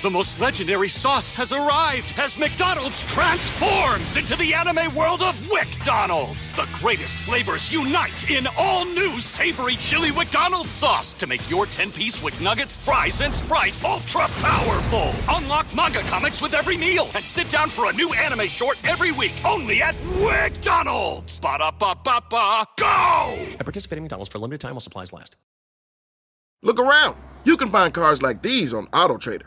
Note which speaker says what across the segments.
Speaker 1: The most legendary sauce has arrived as McDonald's transforms into the anime world of WickDonald's. The greatest flavors unite in all new savory chili McDonald's sauce to make your 10-piece Wick Nuggets, fries, and Sprite ultra-powerful. Unlock manga comics with every meal and sit down for a new anime short every week only at WickDonald's. Ba-da-ba-ba-ba, go!
Speaker 2: At participating McDonald's for a limited time while supplies last.
Speaker 3: Look around. You can find cars like these on AutoTrader,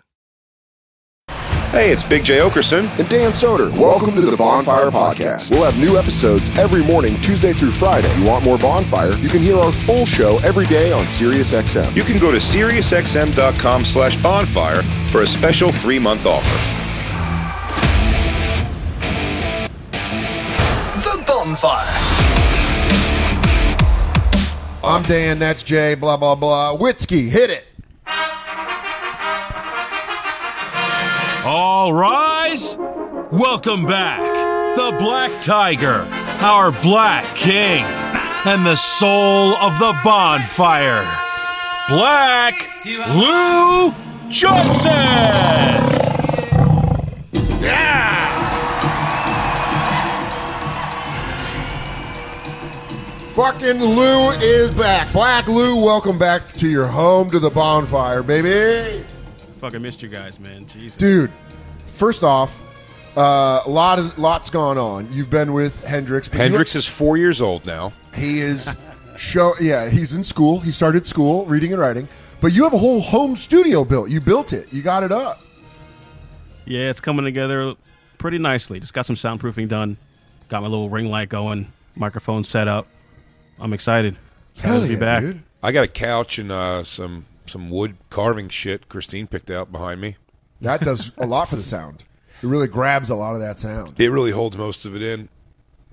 Speaker 4: Hey, it's Big J. Okerson and Dan Soder. Welcome to the Bonfire Podcast. We'll have new episodes every morning, Tuesday through Friday. You want more Bonfire? You can hear our full show every day on SiriusXM.
Speaker 5: You can go to SiriusXM.com slash bonfire for a special three month offer.
Speaker 6: The Bonfire.
Speaker 7: I'm Dan, that's Jay, blah, blah, blah. Witzky, hit it.
Speaker 8: All rise. Welcome back. The Black Tiger, our Black King, and the soul of the bonfire, Black Lou Johnson.
Speaker 7: Fucking Lou is back. Black Lou, welcome back to your home to the bonfire, baby.
Speaker 9: Fucking missed you guys, man. Jesus.
Speaker 7: Dude, first off, uh, lot of, lots gone on. You've been with Hendrix. but you-
Speaker 5: Hendrix is four years old now.
Speaker 7: He is show. Yeah, he's in school. He started school, reading and writing. But you have a whole home studio built. You built it. You got it up.
Speaker 9: Yeah, it's coming together pretty nicely. Just got some soundproofing done. Got my little ring light going. Microphone set up. I'm excited. Excited
Speaker 7: Hell
Speaker 9: to be
Speaker 7: yeah,
Speaker 9: back.
Speaker 7: dude.
Speaker 5: I got a couch and uh, some some wood carving shit Christine picked out behind me.
Speaker 7: That does a lot for the sound. It really grabs a lot of that sound.
Speaker 5: It really holds most of it in.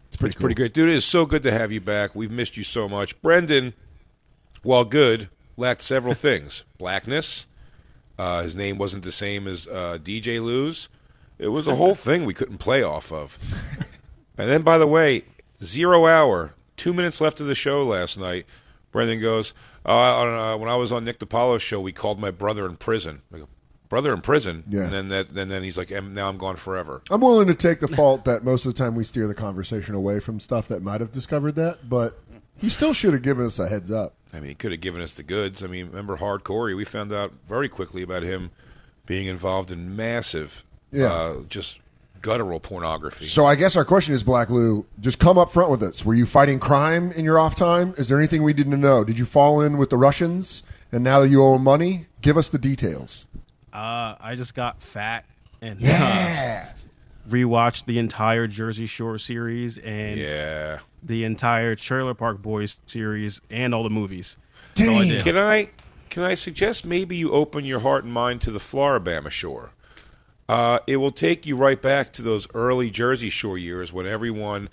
Speaker 7: It's pretty,
Speaker 5: Pretty great, dude. It is so good to have you back. We've missed you so much. Brendan, while good, lacked several things: blackness. Uh, his name wasn't the same as uh, DJ Lou's. It was a whole thing we couldn't play off of. And then, by the way, zero hour, two minutes left of the show last night. Brendan goes, uh, on, uh, when I was on Nick DiPaolo's show, we called my brother in prison. I go, brother in prison?
Speaker 7: Yeah.
Speaker 5: And then, that, and then he's like, and now I'm gone forever.
Speaker 7: I'm willing to take the fault that most of the time we steer the conversation away from stuff that might have discovered that, but he still should have given us a heads up.
Speaker 5: I mean, he could have given us the goods. I mean, remember Hard Corey? We found out very quickly about him being involved in massive,
Speaker 7: Yeah.
Speaker 5: uh, just guttural pornography.
Speaker 7: So I guess our question is, Black Lou, just come up front with us. Were you fighting crime in your off time? Is there anything we didn't know? Did you fall in with the Russians? And now that you owe money, give us the details.
Speaker 9: Uh, I just got fat and
Speaker 7: Yeah.
Speaker 9: uh, rewatched the entire Jersey Shore series and
Speaker 5: yeah.
Speaker 9: the entire Trailer Park Boys series and all the movies.
Speaker 7: Dang.
Speaker 5: Can I can I suggest maybe you open your heart and mind to the Floribama Shore? Uh, it will take you right back to those early Jersey Shore years when everyone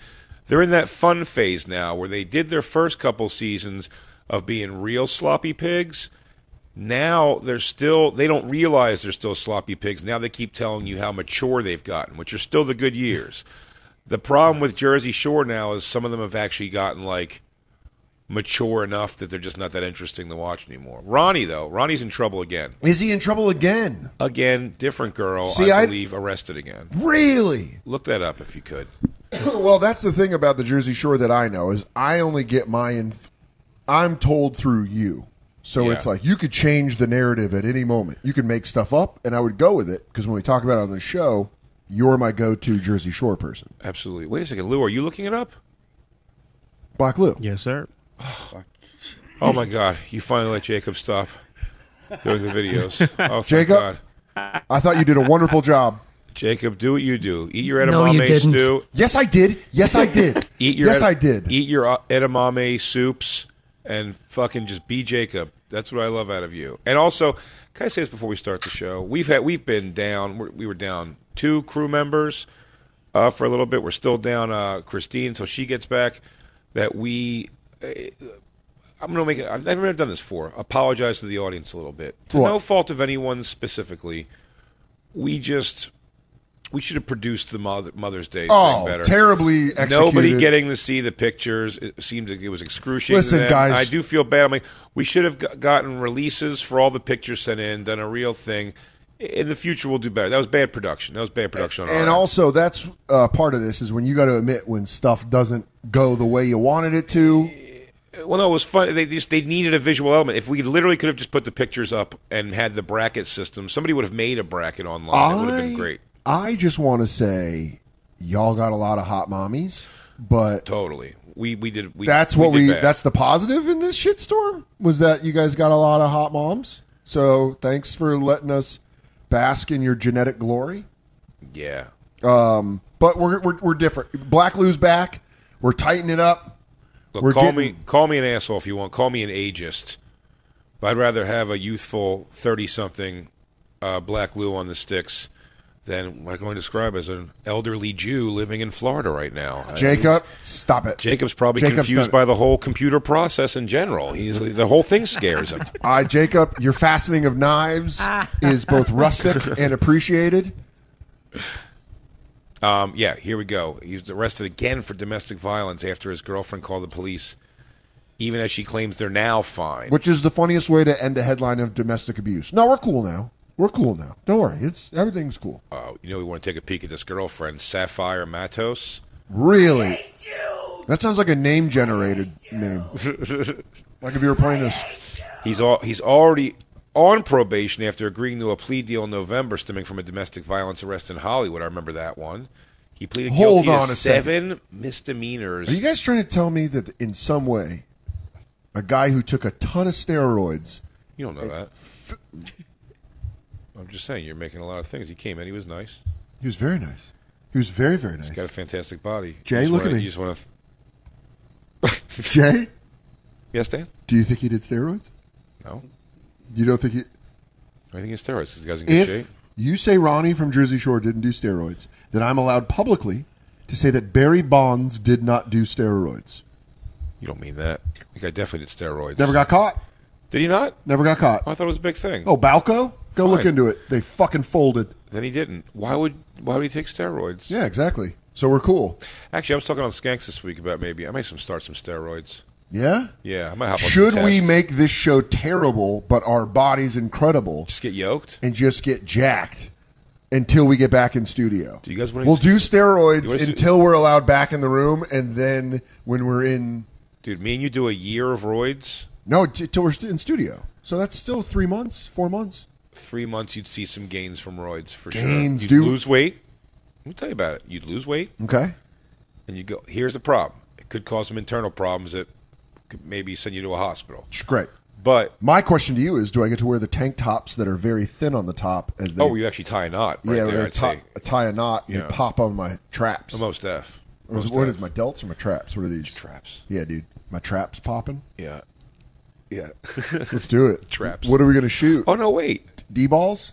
Speaker 5: they're in that fun phase now where they did their first couple seasons of being real sloppy pigs. Now they're still they don't realize they're still sloppy pigs. Now they keep telling you how mature they've gotten, which are still the good years. The problem with Jersey Shore now is some of them have actually gotten like mature enough that they're just not that interesting to watch anymore. Ronnie though, Ronnie's in trouble again.
Speaker 7: Is he in trouble again?
Speaker 5: Again, different girl,
Speaker 7: See,
Speaker 5: I
Speaker 7: I-
Speaker 5: believe, arrested again.
Speaker 7: Really?
Speaker 5: Look that up if you could.
Speaker 7: well, that's the thing about the Jersey Shore that I know is I only get my inf- I'm told through you. So
Speaker 5: Yeah.
Speaker 7: it's like you could change the narrative at any moment. You could make stuff up and I would go with it because when we talk about it on the show, you're my go-to Jersey Shore person.
Speaker 5: Absolutely. Wait a second, Lou, are you looking it up?
Speaker 7: Black Lou.
Speaker 9: Yes, sir.
Speaker 5: Oh my god, you finally let Jacob stop doing the videos. Oh thank
Speaker 7: Jacob?
Speaker 5: God.
Speaker 7: I thought you did a wonderful job.
Speaker 5: Jacob, do what you do. Eat your
Speaker 10: No, you
Speaker 5: edamame
Speaker 10: didn't.
Speaker 5: stew.
Speaker 7: Yes, I did. Yes, I did.
Speaker 5: Eat your
Speaker 7: yes,
Speaker 5: ed-
Speaker 7: I did.
Speaker 5: Eat your uh, edamame soups and fucking just be Jacob. That's what I love out of you. And also, Can I say this before we start the show? We've had we've been down. We're, we were down two crew members uh, for a little bit. We're still down uh, Christine until she gets back. That we, uh, I'm gonna make it. I've never done this before. Apologize to the audience a little bit. To
Speaker 7: What?
Speaker 5: no fault of anyone specifically. We just we should have produced the Moth- Mother's Day
Speaker 7: Oh,
Speaker 5: thing better.
Speaker 7: terribly
Speaker 5: Nobody
Speaker 7: executed.
Speaker 5: getting to see the pictures. It seems like it was excruciating. to
Speaker 7: Listen,
Speaker 5: them.
Speaker 7: guys.
Speaker 5: I do feel bad. I'm like, we should have g- gotten releases for all the pictures sent in, done a real thing. In the future, we'll do better. That was bad production. That was bad production. on our
Speaker 7: And
Speaker 5: end.
Speaker 7: also, that's uh, part of this is when you got to admit when stuff doesn't go the way you wanted it to.
Speaker 5: Well, no, it was fun. They just they needed a visual element. If we literally could have just put the pictures up and had the bracket system, somebody would have made a bracket online. It would have been great.
Speaker 7: I just want to say, y'all got a lot of hot mommies, but
Speaker 5: Totally. We we did. We,
Speaker 7: that's what we.
Speaker 5: did bad.
Speaker 7: That's the positive in this shitstorm was that you guys got a lot of hot moms. So thanks for letting us bask in your genetic glory. Um,
Speaker 5: yeah.
Speaker 7: But we're we're, we're different. Black Lou's back. We're tightening it up.
Speaker 5: Look,
Speaker 7: We're
Speaker 5: call me
Speaker 7: getting-
Speaker 5: call me an asshole if you want. Call me an ageist, but I'd rather have a youthful thirty something uh, black Lou on the sticks than what I can only describe as an elderly Jew living in Florida right now. I-
Speaker 7: Jacob, stop it.
Speaker 5: Jacob's probably
Speaker 7: Jacob's done
Speaker 5: confused by the whole computer process in general. He's the whole thing scares him.
Speaker 7: Uh, Jacob, your fastening of knives
Speaker 5: Ah.
Speaker 7: is both rustic and appreciated.
Speaker 5: Um, yeah, here we go. He was arrested again for domestic violence after his girlfriend called the police, even as she claims they're now fine.
Speaker 7: which is the funniest way to end a headline of domestic abuse. No, we're cool now. We're cool now. Don't worry. It's everything's cool.
Speaker 5: Uh, you know, we want to take a peek at this girlfriend, Sapphire Matos.
Speaker 7: Really. That sounds like a name generated name. like if you were playing this.
Speaker 5: He's all, he's already on probation after agreeing to a plea deal in November stemming from a domestic violence arrest in Hollywood. I remember that one. He pleaded
Speaker 7: Hold
Speaker 5: guilty
Speaker 7: on
Speaker 5: to
Speaker 7: a
Speaker 5: seven
Speaker 7: Are
Speaker 5: misdemeanors.
Speaker 7: you guys trying to tell me that in some way, a guy who took a ton of steroids?
Speaker 5: you don't know that. I'm just saying, you're making a lot of things. He came in, he was nice.
Speaker 7: He was very nice. He was very very
Speaker 5: He's got a
Speaker 7: nice.
Speaker 5: fantastic body.
Speaker 7: Jay,
Speaker 5: You just
Speaker 7: look
Speaker 5: wanna-
Speaker 7: at me.
Speaker 5: You just want to.
Speaker 7: Jay,
Speaker 5: Yes, Dan?
Speaker 7: do you think he did steroids?
Speaker 5: No.
Speaker 7: You don't think he?
Speaker 5: I think it's steroids. This guy's in good shape.
Speaker 7: If you say Ronnie from Jersey Shore didn't do steroids, then I'm allowed publicly to say that Barry Bonds did not do steroids.
Speaker 5: You don't mean that. The guy definitely did steroids.
Speaker 7: Never got caught.
Speaker 5: Did he not?
Speaker 7: Never got caught.
Speaker 5: I thought it was a big thing.
Speaker 7: Oh, Balco? Go
Speaker 5: Fine.
Speaker 7: look into it. They fucking folded.
Speaker 5: Then he didn't. Why would Why would he take steroids?
Speaker 7: Yeah, exactly. So we're cool.
Speaker 5: Actually, I was talking on Skanks this week about maybe I might some start some steroids.
Speaker 7: Yeah?
Speaker 5: Yeah, I might hop on. some
Speaker 7: Should we
Speaker 5: tests.
Speaker 7: make this show terrible, but our bodies incredible
Speaker 5: just get yoked?
Speaker 7: and just get jacked until we get back in studio?
Speaker 5: Do you guys wanna-
Speaker 7: We'll do
Speaker 5: You
Speaker 7: steroids
Speaker 5: wanna do-
Speaker 7: until we're allowed back in the room, and then when we're in.
Speaker 5: Dude, me and you do a year of roids.
Speaker 7: No, t- till we're st- in studio. So that's still three months, four months.
Speaker 5: Three months, you'd see some gains from roids for
Speaker 7: Gains,
Speaker 5: sure. You'd
Speaker 7: dude.
Speaker 5: lose weight. Let me tell you about it. You'd lose weight,
Speaker 7: Okay.
Speaker 5: and you go. Here's the problem. It could cause some internal problems that could maybe send you to a hospital.
Speaker 7: Sh- Great.
Speaker 5: But
Speaker 7: My question to you is do I get to wear the tank tops that are very thin on the top as they
Speaker 5: oh, you actually tie a knot right
Speaker 7: yeah,
Speaker 5: there.
Speaker 7: they
Speaker 5: I'd
Speaker 7: tie,
Speaker 5: say.
Speaker 7: tie a knot.
Speaker 5: Yeah.
Speaker 7: They pop on my traps.
Speaker 5: The most F.
Speaker 7: Or is-
Speaker 5: Most
Speaker 7: what
Speaker 5: F.
Speaker 7: is my delts or my traps? What are these?
Speaker 5: traps?
Speaker 7: Yeah, dude, my traps popping.
Speaker 5: Yeah, yeah.
Speaker 7: Let's do it.
Speaker 5: Traps.
Speaker 7: What are we gonna shoot?
Speaker 5: oh no, wait.
Speaker 7: D balls.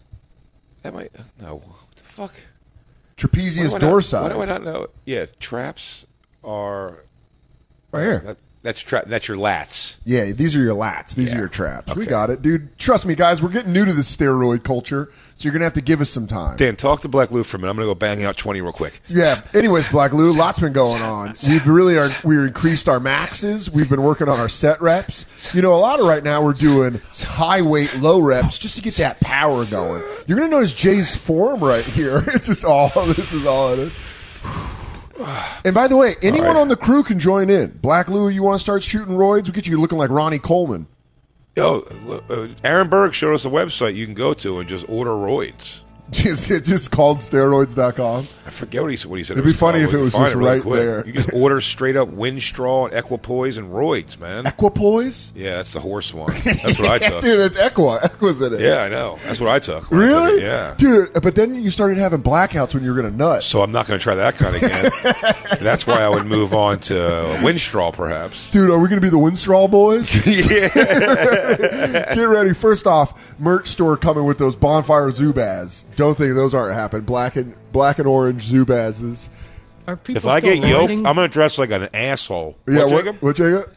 Speaker 5: That might no. What the fuck? Why
Speaker 7: Trapezius
Speaker 5: do I not-
Speaker 7: dorsi.
Speaker 5: Why do I not know? it? Yeah, traps are
Speaker 7: Right here.
Speaker 5: that, that's trap. That's your lats.
Speaker 7: yeah, these are your lats. These
Speaker 5: Yeah.
Speaker 7: are your traps. We
Speaker 5: Okay.
Speaker 7: got it, dude. Trust me, guys. We're getting new to this steroid culture, so you're gonna have to give us some time.
Speaker 5: Dan, talk to Black Lou for a minute. I'm gonna go bang out twenty real quick.
Speaker 7: Yeah. Anyways, Black Lou, lots been going on. We've really are we increased our maxes. We've been working on our set reps. You know, a lot of right now we're doing high weight, low reps just to get that power going. You're gonna notice Jay's form right here. It's just all this is all it is. And by the way, anyone
Speaker 5: right.
Speaker 7: on the crew can join in. Black Lou, you want to start shooting roids? We'll get you looking like Ronnie Coleman.
Speaker 5: Yo, uh, Aaron Berg showed us a website you can go to and just order roids.
Speaker 7: just, just called steroids.com.
Speaker 5: I forget what he said. What he said.
Speaker 7: It'd be funny if
Speaker 5: called. We
Speaker 7: it
Speaker 5: can
Speaker 7: was
Speaker 5: find
Speaker 7: just
Speaker 5: really
Speaker 7: right
Speaker 5: quick.
Speaker 7: there.
Speaker 5: You can order straight up wind straw and equipoise and roids, man.
Speaker 7: Equipoise?
Speaker 5: Yeah, that's the horse one. That's what I took.
Speaker 7: Dude, that's Equa. Equa's in it.
Speaker 5: Yeah, I know. That's what I took. when I took
Speaker 7: Really?
Speaker 5: it, Yeah.
Speaker 7: Dude, but then you started having blackouts when you were going to nut.
Speaker 5: So I'm not going to try that kind again. that's why I would move on to wind straw, perhaps.
Speaker 7: Dude, are we going to be the Windstraw boys?
Speaker 5: yeah.
Speaker 7: Get ready. First off, merch store coming with those bonfire Zubaz. Don't think those aren't happening. Black and black and orange Zubazes.
Speaker 11: Are people
Speaker 5: If I
Speaker 11: still
Speaker 5: get yoked,
Speaker 11: riding?
Speaker 5: I'm going to dress like an asshole.
Speaker 7: Yeah,
Speaker 5: What,
Speaker 7: what,
Speaker 5: Jacob?
Speaker 7: what, Jacob?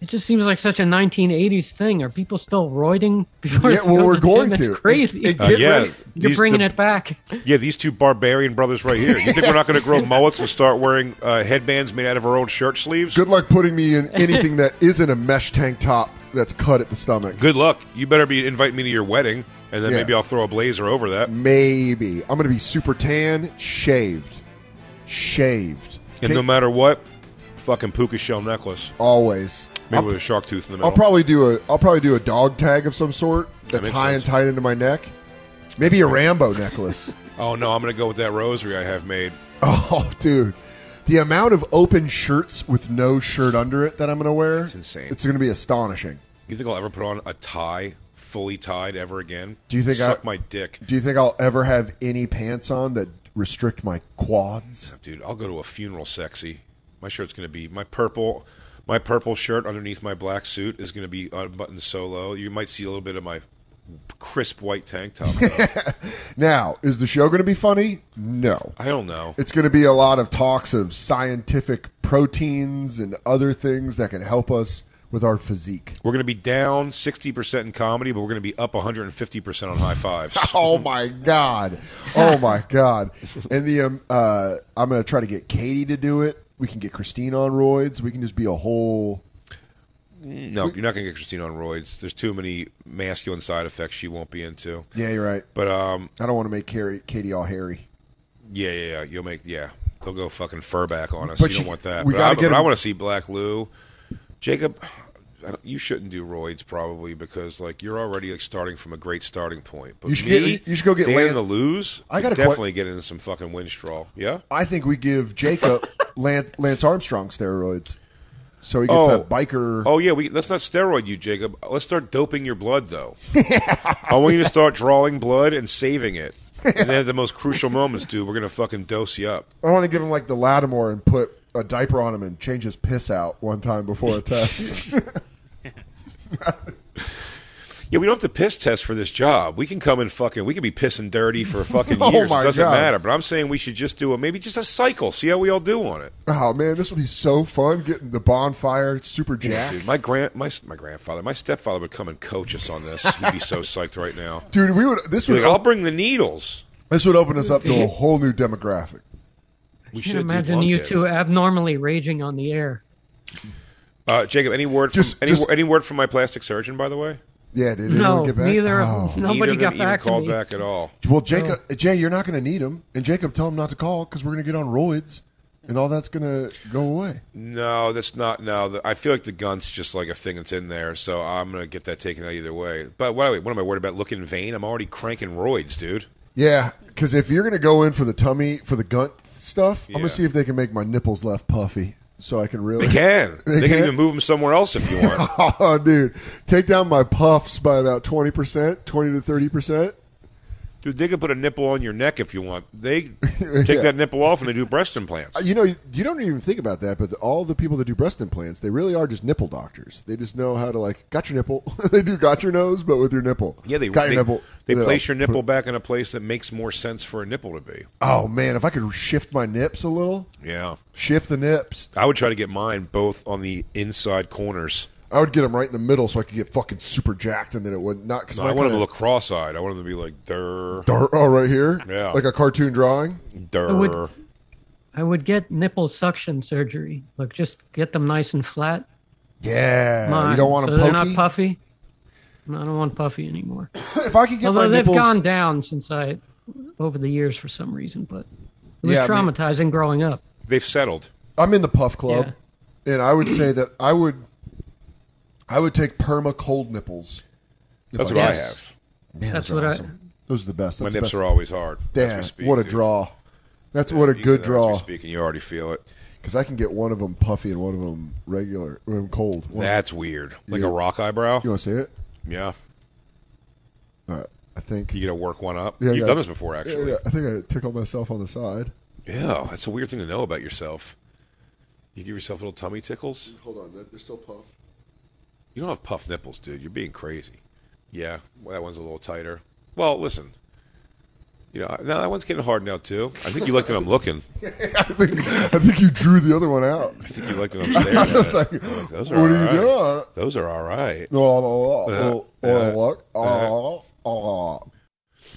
Speaker 11: It just seems like such a 1980s thing. Are people still roiding? Before
Speaker 7: Yeah,
Speaker 11: they
Speaker 7: well,
Speaker 11: go
Speaker 7: we're
Speaker 11: the
Speaker 7: going
Speaker 11: gym?
Speaker 7: to.
Speaker 11: It's crazy.
Speaker 7: And- and
Speaker 5: Uh,
Speaker 7: get
Speaker 5: yeah,
Speaker 7: ready.
Speaker 11: You're
Speaker 5: these
Speaker 11: bringing
Speaker 5: two-
Speaker 11: it back.
Speaker 5: Yeah, these two barbarian brothers right here. You think we're not going to grow mullets and start wearing uh, headbands made out of our old shirt sleeves?
Speaker 7: Good luck putting me in anything that isn't a mesh tank top that's cut at the stomach.
Speaker 5: Good luck. You better be invite me to your wedding, and then
Speaker 7: Yeah. Mm,
Speaker 5: maybe I'll throw a blazer over that.
Speaker 7: Maybe. I'm going to be super tan, shaved. Shaved.
Speaker 5: And no
Speaker 7: Think-
Speaker 5: matter what, fucking puka shell necklace,
Speaker 7: always.
Speaker 5: maybe with a shark tooth in the middle.
Speaker 7: I'll probably do a I'll probably do a dog tag of some sort that's
Speaker 5: makes
Speaker 7: high and
Speaker 5: sense.
Speaker 7: tight into my neck. Maybe a Rambo necklace.
Speaker 5: oh no, I'm gonna go with that rosary I have made.
Speaker 7: Oh, dude. The amount of open shirts with no shirt under it that I'm going to wear. It's
Speaker 5: insane.
Speaker 7: It's going to be astonishing.
Speaker 5: You think I'll ever put on a tie fully tied ever again?
Speaker 7: Do you think I-
Speaker 5: suck my dick,
Speaker 7: Do you think I'll ever have any pants on that restrict my quads?
Speaker 5: dude? I'll go to a funeral sexy. My shirt's gonna be my purple. My purple shirt underneath my black suit is going to be unbuttoned so low. You might see a little bit of my crisp white tank top. though.
Speaker 7: Now, is the show going to be funny? No.
Speaker 5: I don't know.
Speaker 7: It's going to be a lot of talks of scientific proteins and other things that can help us with our physique.
Speaker 5: We're going to be down 60% in comedy, but we're going to be up 150% on high fives.
Speaker 7: Oh my god! Oh my god! And the um, uh, I'm going to try to get Katie to do it. We can get Christine on roids. We can just be a whole
Speaker 5: no, you're not going to get Christine on roids. There's too many masculine side effects she won't be into.
Speaker 7: Yeah, you're right.
Speaker 5: But um,
Speaker 7: I don't want to make Carrie, Katie all hairy.
Speaker 5: yeah, yeah, yeah. You'll make, yeah. They'll go fucking fur back on us.
Speaker 7: But
Speaker 5: you
Speaker 7: you-
Speaker 5: don't want that.
Speaker 7: we
Speaker 5: but
Speaker 7: gotta
Speaker 5: I,
Speaker 7: get
Speaker 5: but I
Speaker 7: him-
Speaker 5: want to see Black Lou. Jacob, I don't, you shouldn't do roids probably because like you're already like starting from a great starting point. But
Speaker 7: You should
Speaker 5: me,
Speaker 7: get- you should go get
Speaker 5: Dan
Speaker 7: Lan-
Speaker 5: the lose.
Speaker 7: I got a que-
Speaker 5: definitely get into some fucking wind straw. Yeah.
Speaker 7: I think we give Jacob Lance, Lance Armstrong steroids, so he gets that biker.
Speaker 5: Oh yeah, we let's not steroid you, Jacob. Let's start doping your blood though. I want you to start drawing blood and saving it. And then at the most crucial moments, dude, we're gonna fucking dose you up.
Speaker 7: I want to give him like the Lattimore and put a diaper on him and change his piss out one time before a test.
Speaker 5: Yeah, we don't have to piss test for this job. We can come and fucking we can be pissing dirty for fucking
Speaker 7: Oh,
Speaker 5: years.
Speaker 7: my
Speaker 5: it doesn't
Speaker 7: God.
Speaker 5: matter. But I'm saying we should just do a maybe just a cycle, see how we all do on it.
Speaker 7: oh man, this would be so fun getting the bonfire super jacked.
Speaker 5: Dude, my grand my my grandfather, my stepfather would come and coach us on this. He'd be so psyched right now.
Speaker 7: Dude, we would this
Speaker 5: He'd be
Speaker 7: would
Speaker 5: like, I'll
Speaker 7: op-
Speaker 5: bring the needles.
Speaker 7: this would open us up to a whole new demographic.
Speaker 5: We
Speaker 11: Can't
Speaker 5: should do
Speaker 11: imagine
Speaker 5: lung
Speaker 11: you
Speaker 5: kids.
Speaker 11: two abnormally raging on the air.
Speaker 5: Uh, Jacob, any word
Speaker 7: Just-
Speaker 5: from any,
Speaker 7: just-
Speaker 5: any word from my plastic surgeon, by the way?
Speaker 7: Yeah, did
Speaker 11: No,
Speaker 7: anyone get back?
Speaker 11: neither
Speaker 7: Oh.
Speaker 11: of nobody
Speaker 5: Neither of them
Speaker 11: got back
Speaker 5: even
Speaker 11: to
Speaker 5: called
Speaker 11: me.
Speaker 5: back at all.
Speaker 7: Well, Jacob, Jay, you're not going to need him, and Jacob, tell him not to call because we're going to get on roids, and all that's going to go away.
Speaker 5: No, that's not. No, the, I feel like the gun's just like a thing that's in there, so I'm gonna get that taken out either way. But wait, wait, what am I worried about? Looking vain? I'm already cranking roids, dude.
Speaker 7: Yeah, because if you're going to go in for the tummy for the gunt stuff, I'm
Speaker 5: Yeah.
Speaker 7: going to see if they can make my nipples left puffy so I can really.
Speaker 5: They can.
Speaker 7: They
Speaker 5: They,
Speaker 7: can?
Speaker 5: can even move them somewhere else if you want.
Speaker 7: oh, dude, take down my puffs by about twenty percent, twenty to thirty percent.
Speaker 5: dude, they can put a nipple on your neck if you want. They take
Speaker 7: Yeah.
Speaker 5: that nipple off and they do breast implants.
Speaker 7: Uh, You know, you don't even think about that, but all the people that do breast implants, they really are just nipple doctors. They just know how to like got your nipple. they do got your nose, but with your nipple.
Speaker 5: Yeah, they
Speaker 7: got
Speaker 5: they,
Speaker 7: your nipple.
Speaker 5: they
Speaker 7: They'll
Speaker 5: place your
Speaker 7: put it-
Speaker 5: nipple back in a place that makes more sense for a nipple to be.
Speaker 7: Oh man, if I could shift my nips a little,
Speaker 5: Yeah,
Speaker 7: shift the nips,
Speaker 5: I would try to get mine both on the inside corners.
Speaker 7: I would get them right in the middle so I could get fucking super jacked, and then it would not. Because
Speaker 5: No, I want them to look cross-eyed. I want them to be like der
Speaker 7: Oh, right here,
Speaker 5: Yeah.
Speaker 7: like a cartoon drawing.
Speaker 5: der.
Speaker 11: would- I would get nipple suction surgery. Look, just get them nice and flat.
Speaker 7: Yeah,
Speaker 11: Mine,
Speaker 7: you don't want
Speaker 11: so
Speaker 7: them
Speaker 11: they're
Speaker 7: pokey.
Speaker 11: not puffy. No, I don't want puffy anymore.
Speaker 7: if I could get
Speaker 11: Although
Speaker 7: my
Speaker 11: they've
Speaker 7: nipples,
Speaker 11: gone down since I, over the years for some reason, but it was
Speaker 7: Yeah, I mean-
Speaker 11: traumatizing growing up.
Speaker 5: They've settled.
Speaker 7: I'm in the puff club, and I would say that I would, I would take perma cold nipples. if
Speaker 5: That's
Speaker 7: I
Speaker 5: what I
Speaker 7: could.
Speaker 11: Yes.
Speaker 5: have.
Speaker 7: Man,
Speaker 11: That's
Speaker 7: those are
Speaker 11: what
Speaker 7: awesome. Those are the best.
Speaker 5: My
Speaker 7: That's the
Speaker 5: nips
Speaker 7: best.
Speaker 5: are always hard. as we
Speaker 7: Damn,
Speaker 5: speak,
Speaker 7: what a
Speaker 5: dude.
Speaker 7: draw. That's
Speaker 5: Yeah,
Speaker 7: what a
Speaker 5: you
Speaker 7: good
Speaker 5: can- as we
Speaker 7: draw.
Speaker 5: Speaking, you already feel it.
Speaker 7: Because I can get one of them puffy and one of them regular, one of 'em cold. One-
Speaker 5: That's weird. Like
Speaker 7: Yeah.
Speaker 5: a rock eyebrow.
Speaker 7: you want to see it?
Speaker 5: Yeah,
Speaker 7: All right, I think.
Speaker 5: you gotta work one up.
Speaker 7: Yeah,
Speaker 5: You've
Speaker 7: yeah.
Speaker 5: done this before,
Speaker 7: Yeah,
Speaker 5: actually.
Speaker 7: yeah, I think I tickled myself on the side.
Speaker 5: Yeah, that's a weird thing to know about yourself. You give yourself little tummy tickles.
Speaker 7: Hold on, they're still puff.
Speaker 5: You don't have puffed nipples, dude. You're being crazy. Yeah, well, that one's a little tighter. Well, listen. You know, now that one's getting hard now too. I think you like that I'm looking.
Speaker 7: I think, I think you drew the other one out.
Speaker 5: I think you like that I'm staring. at
Speaker 7: was
Speaker 5: it.
Speaker 7: like,
Speaker 5: I'm like, those are
Speaker 7: what are
Speaker 5: all
Speaker 7: you
Speaker 5: right.
Speaker 7: doing?
Speaker 5: Those are all right.
Speaker 7: No, no, no, no,
Speaker 5: Uh,
Speaker 7: no, look, oh, oh.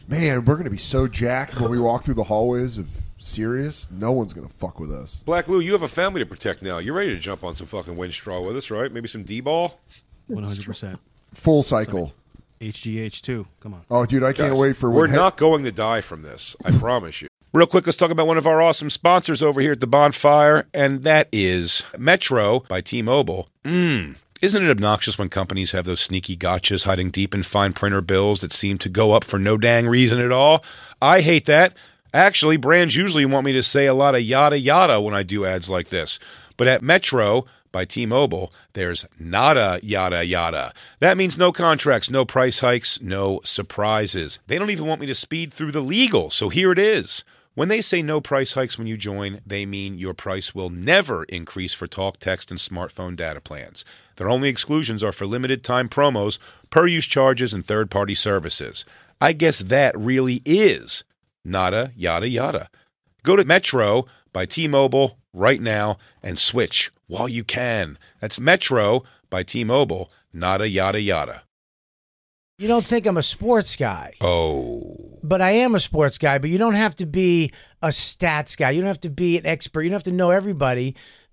Speaker 7: Man, we're gonna be so jacked when we walk through the hallways of Sirius. No one's gonna fuck with us.
Speaker 5: Black Lou, you have a family to protect now. You're ready to jump on some fucking wind straw with us, right? Maybe some D ball.
Speaker 9: One hundred percent.
Speaker 7: Full cycle.
Speaker 9: HGH two. Come on.
Speaker 7: Oh, dude, I can't
Speaker 5: Guys,
Speaker 7: wait for
Speaker 5: We're
Speaker 7: when Hen-
Speaker 5: not going to die from this. I promise you. Real quick, let's talk about one of our awesome sponsors over here at the bonfire, and that is Metro by T Mobile. Mmm. Isn't it obnoxious when companies have those sneaky gotchas hiding deep in fine printer bills that seem to go up for no dang reason at all? I hate that. Actually, brands usually want me to say a lot of yada yada when I do ads like this. But at Metro by T Mobile, there's nada yada yada. That means no contracts, no price hikes, no surprises. They don't even want me to speed through the legal, so here it is. When they say no price hikes when you join, they mean your price will never increase for talk, text, and smartphone data plans. Their only exclusions are for limited time promos, per use charges, and third party services. I guess that really is nada, yada, yada. Go to Metro by T Mobile right now and switch while you can. That's Metro by T Mobile, nada, yada, yada.
Speaker 10: You don't think I'm a sports guy,
Speaker 5: Oh.
Speaker 10: but I am a sports guy. But you don't have to be a stats guy. You don't have to be an expert. You don't have to know everybody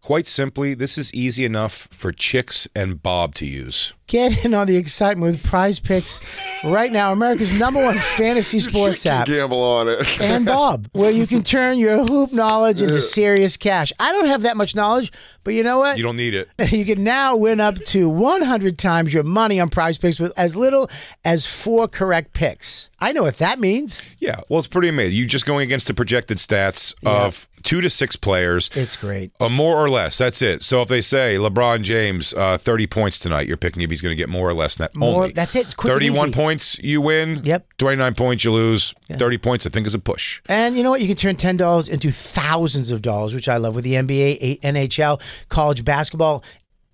Speaker 5: Quite simply, this is easy enough for chicks and Bob to use.
Speaker 10: Get in on the excitement with Prize Picks right now, America's number one fantasy sports app.
Speaker 4: Gamble on it.
Speaker 10: and Bob, where you can turn your hoop knowledge into serious cash. I don't have that much knowledge, but you know what?
Speaker 5: You don't need it.
Speaker 10: You can now win up to 100 times your money on prize picks with as little as four correct picks. I know what that means.
Speaker 5: Yeah, well, it's pretty amazing. You're just going against the projected stats of two to six players,
Speaker 10: It's great.
Speaker 5: uh, more or less. That's it. So if they say LeBron James, uh, 30 points tonight, you're picking if he's going to get more or less than that.
Speaker 10: More-
Speaker 5: only.
Speaker 10: that's it. Quick and
Speaker 5: 31
Speaker 10: easy.
Speaker 5: points, you win.
Speaker 10: Yep.
Speaker 5: 29 points, you lose. 30 points, I think, is a push.
Speaker 10: And you know what? You can turn ten dollars into thousands of dollars, which I love with the NBA, A- NHL, college basketball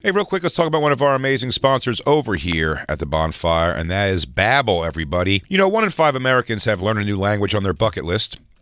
Speaker 5: Hey, real quick, let's talk about one of our amazing sponsors over here at the bonfire, and that is Babbel, everybody. You know, one in five Americans have learned a new language on their bucket list.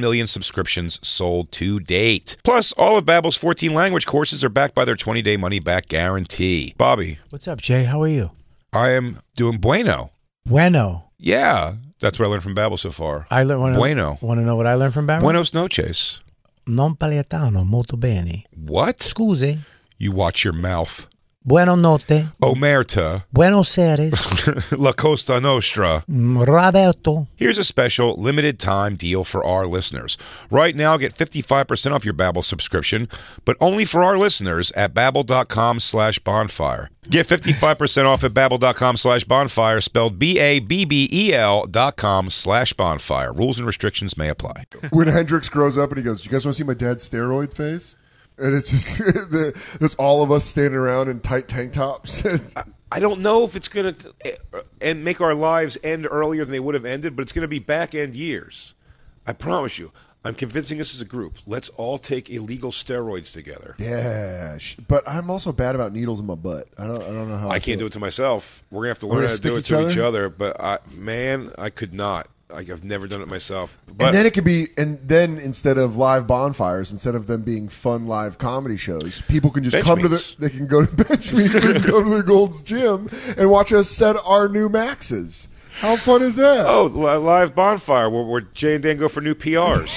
Speaker 5: million subscriptions sold to date. Plus, all of Babbel's 14 language courses are backed by their 20-day money-back guarantee. Bobby,
Speaker 10: What's up, Jay? How are you?
Speaker 5: I am doing bueno.
Speaker 10: Bueno.
Speaker 5: Yeah, that's what I learned from Babbel so far.
Speaker 10: I learned. Wanna,
Speaker 5: bueno.
Speaker 10: Want to know what I learned from Barry?
Speaker 5: Buenos noches.
Speaker 10: Non paletano molto bene.
Speaker 5: What?
Speaker 10: Scusi.
Speaker 5: You watch your mouth.
Speaker 10: Buenos notte.
Speaker 5: Omerta,
Speaker 10: Buenos Aires.
Speaker 5: La Costa Nostra.
Speaker 10: Mm, Roberto.
Speaker 5: Here's a special limited time deal for our listeners. Right now, get 55% off your Babbel subscription, but only for our listeners at babbel.com slash bonfire. Get 55% off at babbel.com slash bonfire, spelled B-A-B-B-E-L E dot com slash bonfire. Rules and restrictions may apply.
Speaker 7: when Hendrix grows up and he goes, "You guys want to see my dad's steroid face?" And it's just the, it's all of us standing around in tight tank tops.
Speaker 5: I don't know if it's going to er, and make our lives end earlier than they would have ended, but it's going to be back end years. I promise you. I'm convincing us as a group. Let's all take illegal steroids together.
Speaker 7: yeah, sh- but I'm also bad about needles in my butt. I don't I don't know how
Speaker 5: I can't do it to myself. We're gonna have to
Speaker 7: Oh, We're
Speaker 5: learn
Speaker 7: gonna
Speaker 5: how to do it
Speaker 7: stick
Speaker 5: to
Speaker 7: each
Speaker 5: each other. But I, man, I could not. I, I've never done it myself. But
Speaker 7: And then it could be, and then instead of live bonfires, instead of them being fun live comedy shows, people can just
Speaker 5: Bench
Speaker 7: come
Speaker 5: meets.
Speaker 7: to the, they can go to bench meets, they can go to the Gold's Gym and watch us set our new maxes. How fun is that?
Speaker 5: oh, li- live bonfire where, where Jay and Dan go for new PRs.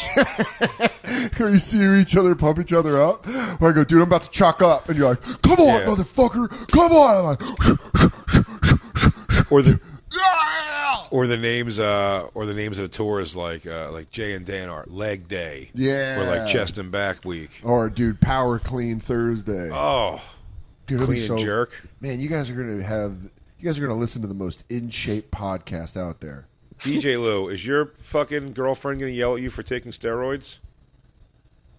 Speaker 7: you see each other pump each other up. Where I go, dude, I'm about to chalk up, and you're like, come on,
Speaker 5: Yeah.
Speaker 7: motherfucker, come on. I'm like,
Speaker 5: or the or the names uh, or the names of the tours like uh, like Jay and Dan are leg day.
Speaker 7: Yeah.
Speaker 5: Or like chest and back week.
Speaker 7: or dude, power clean Thursday.
Speaker 5: Oh,
Speaker 7: dude, that'd be
Speaker 5: clean and
Speaker 7: so-
Speaker 5: jerk.
Speaker 7: Man, you guys are gonna have, you guys are gonna listen to the most in shape podcast out there.
Speaker 5: DJ Lou, is your fucking girlfriend gonna yell at you for taking steroids?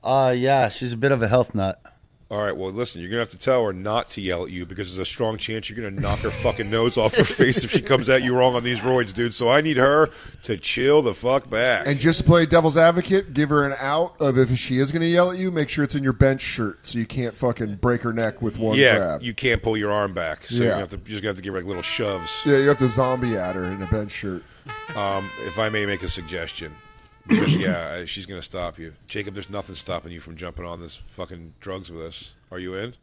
Speaker 6: Uh, yeah, she's a bit of a health nut.
Speaker 5: All right, well, listen, you're going to have to tell her not to yell at you because there's a strong chance you're going to knock her fucking nose off her face if she comes at you wrong on these roids, dude. So I need her to chill the fuck back.
Speaker 7: And just to play devil's advocate, give her an out of if she is going to yell at you, make sure it's in your bench shirt so you can't fucking break her neck with one
Speaker 5: yeah,
Speaker 7: grab.
Speaker 5: you can't pull your arm back. So you're,
Speaker 7: Yeah.
Speaker 5: gonna have to, you're just going to have to give her like little shoves.
Speaker 7: yeah, you have to zombie at her in a bench shirt.
Speaker 5: Um, if I may make a suggestion. Because, yeah, I- she's going to stop you. Jacob, there's nothing stopping you from jumping on this fucking drugs with us. Are you in?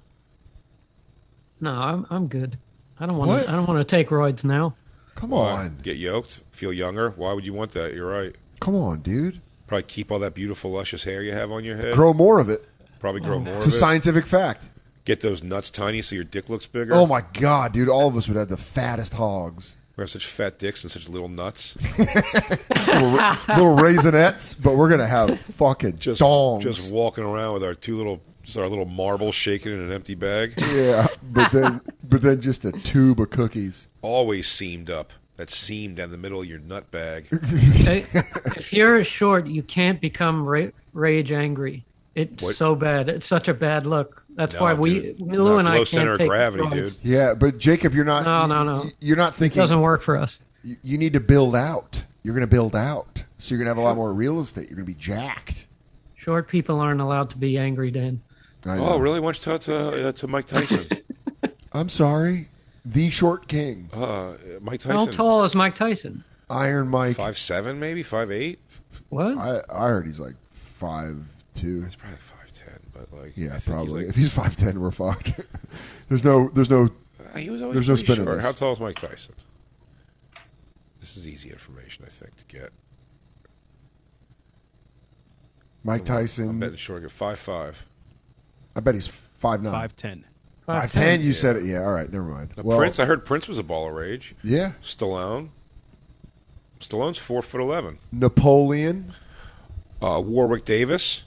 Speaker 11: No, I'm I'm good. I don't want
Speaker 7: What?
Speaker 11: to. I don't want to take roids now.
Speaker 7: Come on.
Speaker 5: Get yoked? Feel younger? Why would you want that? You're right.
Speaker 7: Come on, dude.
Speaker 5: Probably keep all that beautiful, luscious hair you have on your head.
Speaker 7: Grow Oh, more of it.
Speaker 5: Probably grow more
Speaker 7: It's
Speaker 5: of
Speaker 7: a
Speaker 5: it.
Speaker 7: scientific fact.
Speaker 5: Get those nuts tiny so your dick looks bigger.
Speaker 7: Oh my god, dude, all of us would have the fattest hogs.
Speaker 5: We have such fat dicks and such little nuts.
Speaker 7: little, little raisinettes, but we're going to have fucking
Speaker 5: Just
Speaker 7: dongs.
Speaker 5: just walking around with our two little just our little marble shaking in an empty bag.
Speaker 7: yeah, but then but then just a tube of cookies.
Speaker 5: Always seamed up. That seam down the middle of your nut bag.
Speaker 11: Hey, if you're short, you can't become ra- rage angry. It's
Speaker 5: What?
Speaker 11: so bad. It's such a bad look. That's
Speaker 5: No,
Speaker 11: why we
Speaker 5: dude.
Speaker 11: Lou
Speaker 5: No, it's
Speaker 11: and I
Speaker 5: low
Speaker 11: can't
Speaker 5: center of
Speaker 11: take
Speaker 5: gravity,
Speaker 11: roids.
Speaker 5: dude.
Speaker 7: Yeah, but Jacob, you're not
Speaker 11: No, no,
Speaker 7: you-
Speaker 11: no.
Speaker 7: You're not
Speaker 11: It
Speaker 7: thinking
Speaker 11: doesn't work for us.
Speaker 7: you- you need to build out. You're going to build out. So you're going to have a lot more real estate. You're going to be jacked.
Speaker 11: Short people aren't allowed to be angry, Dan.
Speaker 7: I know.
Speaker 5: Oh, really? Why don't you talk to, uh, to Mike Tyson?
Speaker 7: I'm sorry. The short king,
Speaker 5: Uh, Mike
Speaker 11: How
Speaker 5: Tyson,
Speaker 11: tall is Mike Tyson?
Speaker 7: Iron Mike.
Speaker 5: five seven, maybe five eight.
Speaker 11: What?
Speaker 7: I, I heard he's like five two.
Speaker 5: He's probably five ten, but like I
Speaker 7: Yeah,
Speaker 5: think he's
Speaker 7: probably.
Speaker 5: like-
Speaker 7: if he's five ten, we're fucked. there's no, there's no.
Speaker 5: Uh, he was always
Speaker 7: There's no
Speaker 5: pretty
Speaker 7: spin in
Speaker 5: short.
Speaker 7: this.
Speaker 5: How tall is Mike Tyson? This is easy information, I think, to get.
Speaker 7: Mike
Speaker 5: I'm
Speaker 7: Tyson.
Speaker 5: betting short. Get five five.
Speaker 7: I bet he's five nine.
Speaker 9: Five ten.
Speaker 7: Five ten. You said it. Yeah. All right. Never mind. Well,
Speaker 5: Prince, I heard Prince was a ball of rage.
Speaker 7: yeah.
Speaker 5: Stallone. Stallone's four foot eleven.
Speaker 7: Napoleon.
Speaker 5: Uh, Warwick Davis.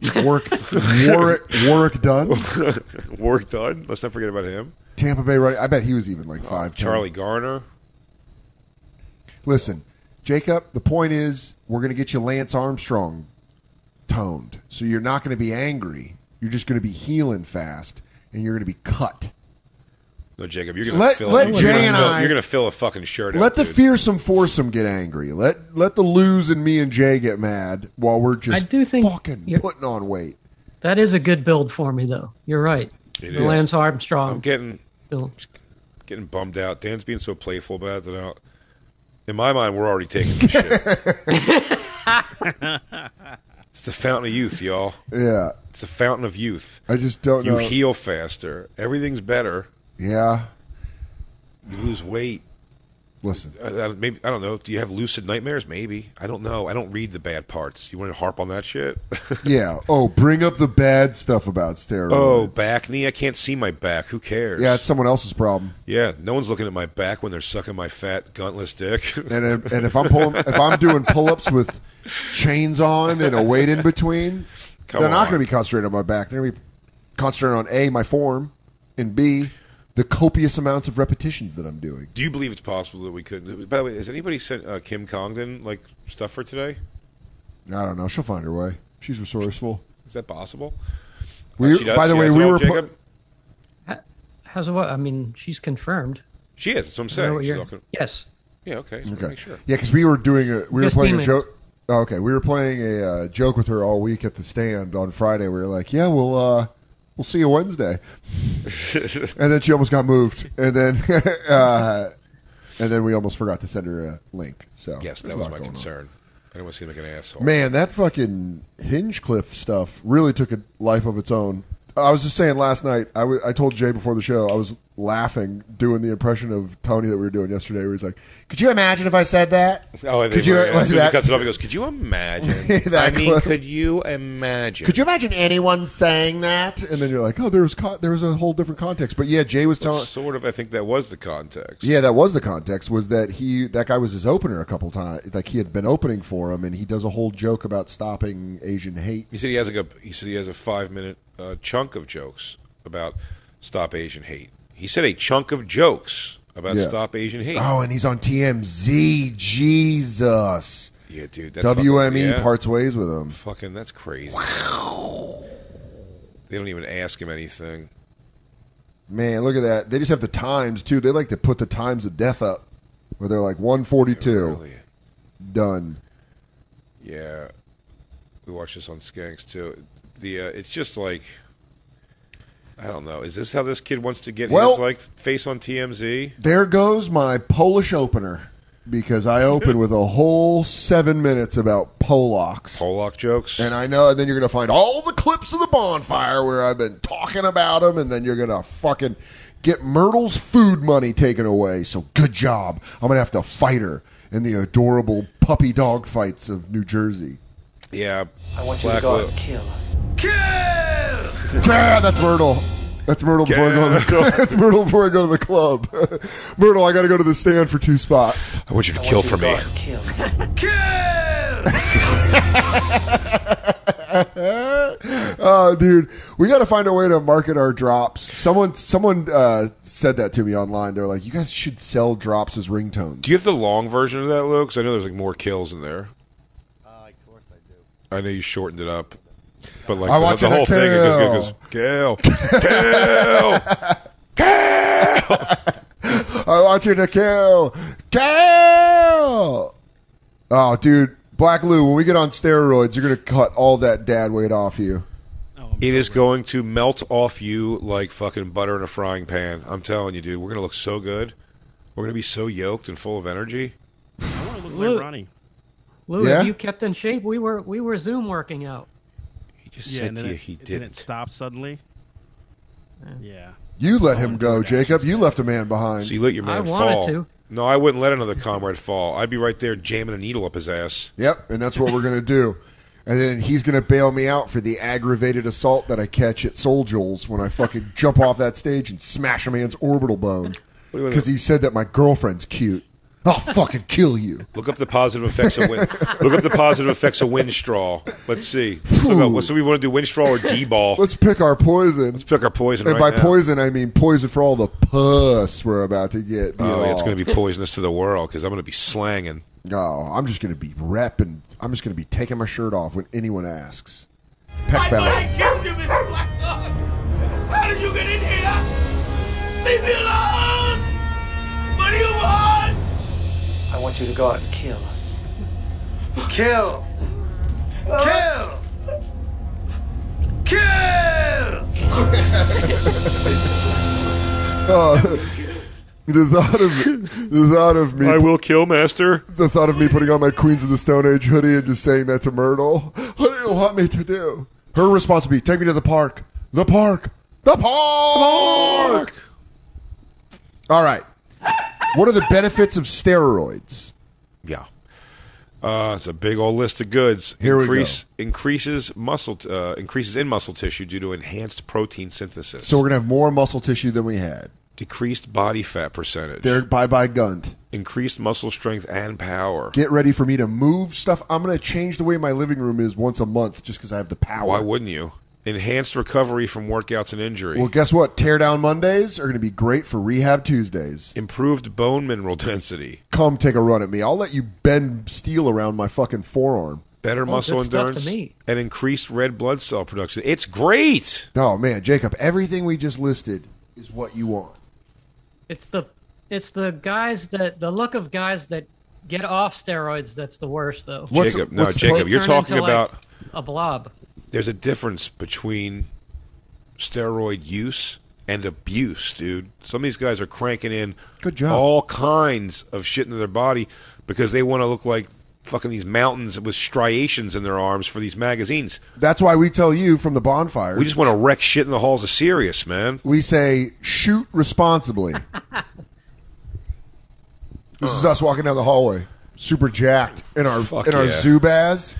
Speaker 7: Warwick. Warwick. Warwick Dunn.
Speaker 5: Warwick Dunn. Let's not forget about him. Uh,
Speaker 7: Tampa Bay. Right. I bet he was even like five.
Speaker 5: Charlie Garner.
Speaker 7: Listen, Jacob, the point is, we're going to get you Lance Armstrong toned. So you're not going to be angry. You're just going to be healing fast, and you're going to be cut.
Speaker 5: No, Jacob, you're gonna
Speaker 7: Let-
Speaker 5: fill.
Speaker 7: let
Speaker 5: you're,
Speaker 7: Jay
Speaker 5: gonna
Speaker 7: and
Speaker 5: fill
Speaker 7: I-
Speaker 5: you're gonna fill a fucking shirt.
Speaker 7: Let
Speaker 5: out,
Speaker 7: the
Speaker 5: dude.
Speaker 7: fearsome foursome get angry. Let let the lose and me and Jay get mad while we're
Speaker 11: I
Speaker 7: just
Speaker 11: do think
Speaker 7: fucking putting on weight.
Speaker 11: that is a good build for me, though. You're right.
Speaker 5: It
Speaker 11: The
Speaker 5: is.
Speaker 11: Lance Armstrong.
Speaker 5: I'm getting
Speaker 11: build.
Speaker 5: getting bummed out. Dan's being so playful about it that I don't- in my mind we're already taking the shit. it's the fountain of youth, y'all.
Speaker 7: Yeah.
Speaker 5: It's the fountain of youth.
Speaker 7: I just don't
Speaker 5: you
Speaker 7: know.
Speaker 5: heal faster. Everything's better.
Speaker 7: Yeah.
Speaker 5: You lose weight.
Speaker 7: Listen.
Speaker 5: I, I- maybe I don't know. Do you have lucid nightmares? Maybe I don't know. I don't read the bad parts. You want to harp on that shit?
Speaker 7: Yeah. Oh, bring up the bad stuff about steroids.
Speaker 5: oh, back knee. I can't see my back. Who cares?
Speaker 7: Yeah, it's someone else's problem.
Speaker 5: Yeah, no one's looking at my back when they're sucking my fat guntless dick.
Speaker 7: And if, and if I'm pulling, if I'm doing pull-ups with chains on and a weight in between,
Speaker 5: Come
Speaker 7: they're not
Speaker 5: on.
Speaker 7: going to be concentrating on my back. They're going to be concentrating on a my form, and b the copious amounts of repetitions that I'm doing.
Speaker 5: Do you believe it's possible that we could? By the way, has anybody sent uh, Kim Congdon like stuff for today?
Speaker 7: I don't know. She'll find her way. She's resourceful.
Speaker 5: Is that possible?
Speaker 7: We-
Speaker 5: Uh, she does?
Speaker 7: by the
Speaker 5: She
Speaker 7: way,
Speaker 5: has it
Speaker 7: we
Speaker 5: all,
Speaker 7: were pu-
Speaker 5: Jacob?
Speaker 11: How's what? I mean, she's confirmed.
Speaker 5: she is. That's what I'm
Speaker 11: I know
Speaker 5: saying.
Speaker 11: what
Speaker 5: She's
Speaker 11: you're-
Speaker 5: looking-
Speaker 11: Yes.
Speaker 5: Yeah. Okay. Just wanna
Speaker 7: Okay.
Speaker 5: Make sure.
Speaker 7: Yeah, because we were doing a we
Speaker 11: Just
Speaker 7: were playing
Speaker 11: emailed.
Speaker 7: a joke. Oh, okay, we were playing a uh, joke with her all week at the stand on Friday. We were like, "Yeah, we'll uh, we'll see you Wednesday," and then she almost got moved, and then uh, and then we almost forgot to send her a link. So
Speaker 5: Yes,
Speaker 7: there's
Speaker 5: that
Speaker 7: a
Speaker 5: was
Speaker 7: lot
Speaker 5: my
Speaker 7: going on.
Speaker 5: concern. I didn't want to seem like an asshole.
Speaker 7: Man, that fucking Hinchcliffe stuff really took a life of its own. I was just saying last night. I wa- I told Jay before the show. I was laughing doing the impression of Tony that we were doing yesterday. Where he's like, "Could you imagine if I said that?
Speaker 5: Oh, and
Speaker 7: could
Speaker 5: they
Speaker 7: you
Speaker 5: were-
Speaker 7: like
Speaker 5: as soon as he
Speaker 7: that?
Speaker 5: cuts it off, he goes, "Could you imagine? I
Speaker 7: That
Speaker 5: mean,
Speaker 7: close.
Speaker 5: could you imagine?
Speaker 7: Could you imagine anyone saying that?" And then you're like, "Oh, there was co- there was a whole different context." But yeah, Jay was telling.
Speaker 5: Sort of. I think that was the context.
Speaker 7: Yeah, that was the context. Was that he? That guy was his opener a couple times. Like he had been opening for him, and he does a whole joke about stopping Asian hate.
Speaker 5: He said he has like a he said he has a five minute uh, chunk of jokes about stop Asian hate. He said a chunk of jokes about
Speaker 7: Yeah.
Speaker 5: stop Asian hate.
Speaker 7: Oh, and he's on TMZ. Jesus.
Speaker 5: Yeah, dude. That's fucking-
Speaker 7: WME
Speaker 5: yeah.
Speaker 7: parts ways with him.
Speaker 5: Fucking, that's crazy. They don't even ask him anything.
Speaker 7: Man, look at that. They just have the times too. They like to put the times of death up, where they're like 142. Done.
Speaker 5: Yeah, we watched this on Skanks too. The uh, it's just like I don't know. Is this how this kid wants to get
Speaker 7: Well-
Speaker 5: his like face on TMZ?
Speaker 7: There goes my Polish opener because I opened with a whole seven minutes about Polacks.
Speaker 5: Polak jokes.
Speaker 7: And I know, and then you're going to find all the clips of the bonfire where I've been talking about them, and then you're going to fucking get Myrtle's food money taken away. So good job. I'm going to have to fight her in the adorable puppy dog fights of New Jersey.
Speaker 5: Yeah, I
Speaker 12: want you to go out and kill.
Speaker 7: Yeah, that's Myrtle. That's Myrtle before I go. To the, that's Myrtle before I go to the club. Myrtle, I got to go to the stand for two spots.
Speaker 5: I want you to kill for me.
Speaker 12: Kill.
Speaker 7: oh, dude, we got to find a way to market our drops. Someone, someone uh, said that to me online. They're like, "You guys should sell drops as ringtones."
Speaker 5: Do you have the long version of that, Luke? 'Cause I know there's like more kills in there. Uh, of course I do. I know you shortened it up, but like
Speaker 7: I
Speaker 5: the,
Speaker 7: want
Speaker 5: the
Speaker 7: you to
Speaker 5: whole thing, it just goes, kill, kill.
Speaker 7: I want you to kill, kill. Oh, dude, Black Lou, when we get on steroids, you're gonna cut all that dad weight off you.
Speaker 5: It is going to melt off you like fucking butter in a frying pan. I'm telling you, dude. We're gonna look so good. We're gonna be so yoked and full of energy.
Speaker 11: Lou,
Speaker 9: Ronnie.
Speaker 11: Lou
Speaker 5: Yeah?
Speaker 11: if you kept in shape, we were we were Zoom working out.
Speaker 5: He just said
Speaker 9: and
Speaker 5: to
Speaker 9: then
Speaker 5: you
Speaker 9: it-
Speaker 5: he
Speaker 9: and then
Speaker 5: didn't.
Speaker 9: It stopped suddenly. Yeah.
Speaker 7: You let him go, Jacob. You left a man behind.
Speaker 5: So you let your man fall. No, I wouldn't let another comrade fall. I'd be right there jamming a needle up his ass.
Speaker 7: Yep, and that's what we're gonna do. And then he's gonna bail me out for the aggravated assault that I catch at Soul Jules when I fucking jump off that stage and smash a man's orbital bone because he said that my girlfriend's cute. I'll fucking kill you.
Speaker 5: Look up the positive effects of wind. Look up the positive effects of wind straw. Let's see. So,
Speaker 7: Whew.
Speaker 5: no, so we want to do wind straw or D ball.
Speaker 7: Let's pick our poison. Let's
Speaker 5: pick our poison.
Speaker 7: And
Speaker 5: right
Speaker 7: by
Speaker 5: now.
Speaker 7: poison, I mean poison for all the puss we're about to get.
Speaker 5: Oh,
Speaker 7: you know.
Speaker 5: it's going to be poisonous to the world because I'm going to be slanging.
Speaker 7: Oh, I'm just going to be repping. I'm just going to be taking my shirt off when anyone asks. Peck
Speaker 1: I
Speaker 7: belly.
Speaker 1: killed you, Mr. Black Dog. How did you get in here? Leave me alone. What do you want?
Speaker 13: I want you to go out and kill.
Speaker 1: Kill. Kill. Kill.
Speaker 7: Oh, the thought of the thought of me.
Speaker 10: I will kill master.
Speaker 7: The thought of me putting on my Queens of the Stone Age hoodie and just saying that to Myrtle. What do you want me to do? Her response would be, "Take me to the park. The park. The park." All right. What are the benefits of steroids?
Speaker 10: Yeah. Uh, it's a big old list of goods.
Speaker 7: Here we
Speaker 10: Increase, Increases muscle t- uh, increases in muscle tissue due to enhanced protein synthesis.
Speaker 7: So we're gonna have more muscle tissue than we had.
Speaker 10: decreased body fat percentage.
Speaker 7: They're bye bye gunned.
Speaker 10: increased muscle strength and power.
Speaker 7: Get ready for me to move stuff. I'm gonna change the way my living room is once a month just because I have the power.
Speaker 10: Why wouldn't you? Enhanced recovery from workouts and injury.
Speaker 7: Well, guess what? Tear down Mondays are gonna be great for rehab Tuesdays.
Speaker 10: Improved bone mineral density.
Speaker 7: Come take a run at me. I'll let you bend steel around my fucking forearm.
Speaker 10: Better
Speaker 7: Oh,
Speaker 10: muscle
Speaker 7: good stuff to
Speaker 10: endurance
Speaker 7: me.
Speaker 10: and increased red blood cell production. It's great.
Speaker 7: Oh man, Jacob, everything we just listed is what you want.
Speaker 5: It's the it's the guys that the look of guys that get off steroids that's the worst though.
Speaker 10: What's- Jacob, no, what's the Jacob, point? you're
Speaker 5: Turn
Speaker 10: talking
Speaker 5: into, like,
Speaker 10: about-
Speaker 5: a blob.
Speaker 10: There's a difference between steroid use and abuse, dude. Some of these guys are cranking in
Speaker 7: Good job.
Speaker 10: all kinds of shit into their body because they want to look like fucking these mountains with striations in their arms for these magazines.
Speaker 7: That's why we tell you from the bonfire.
Speaker 10: We just want to wreck shit in the halls of Sirius, man.
Speaker 7: we say shoot responsibly. this is us walking down the hallway, super jacked in our
Speaker 10: Fuck
Speaker 7: in our
Speaker 10: yeah.
Speaker 7: Zubaz.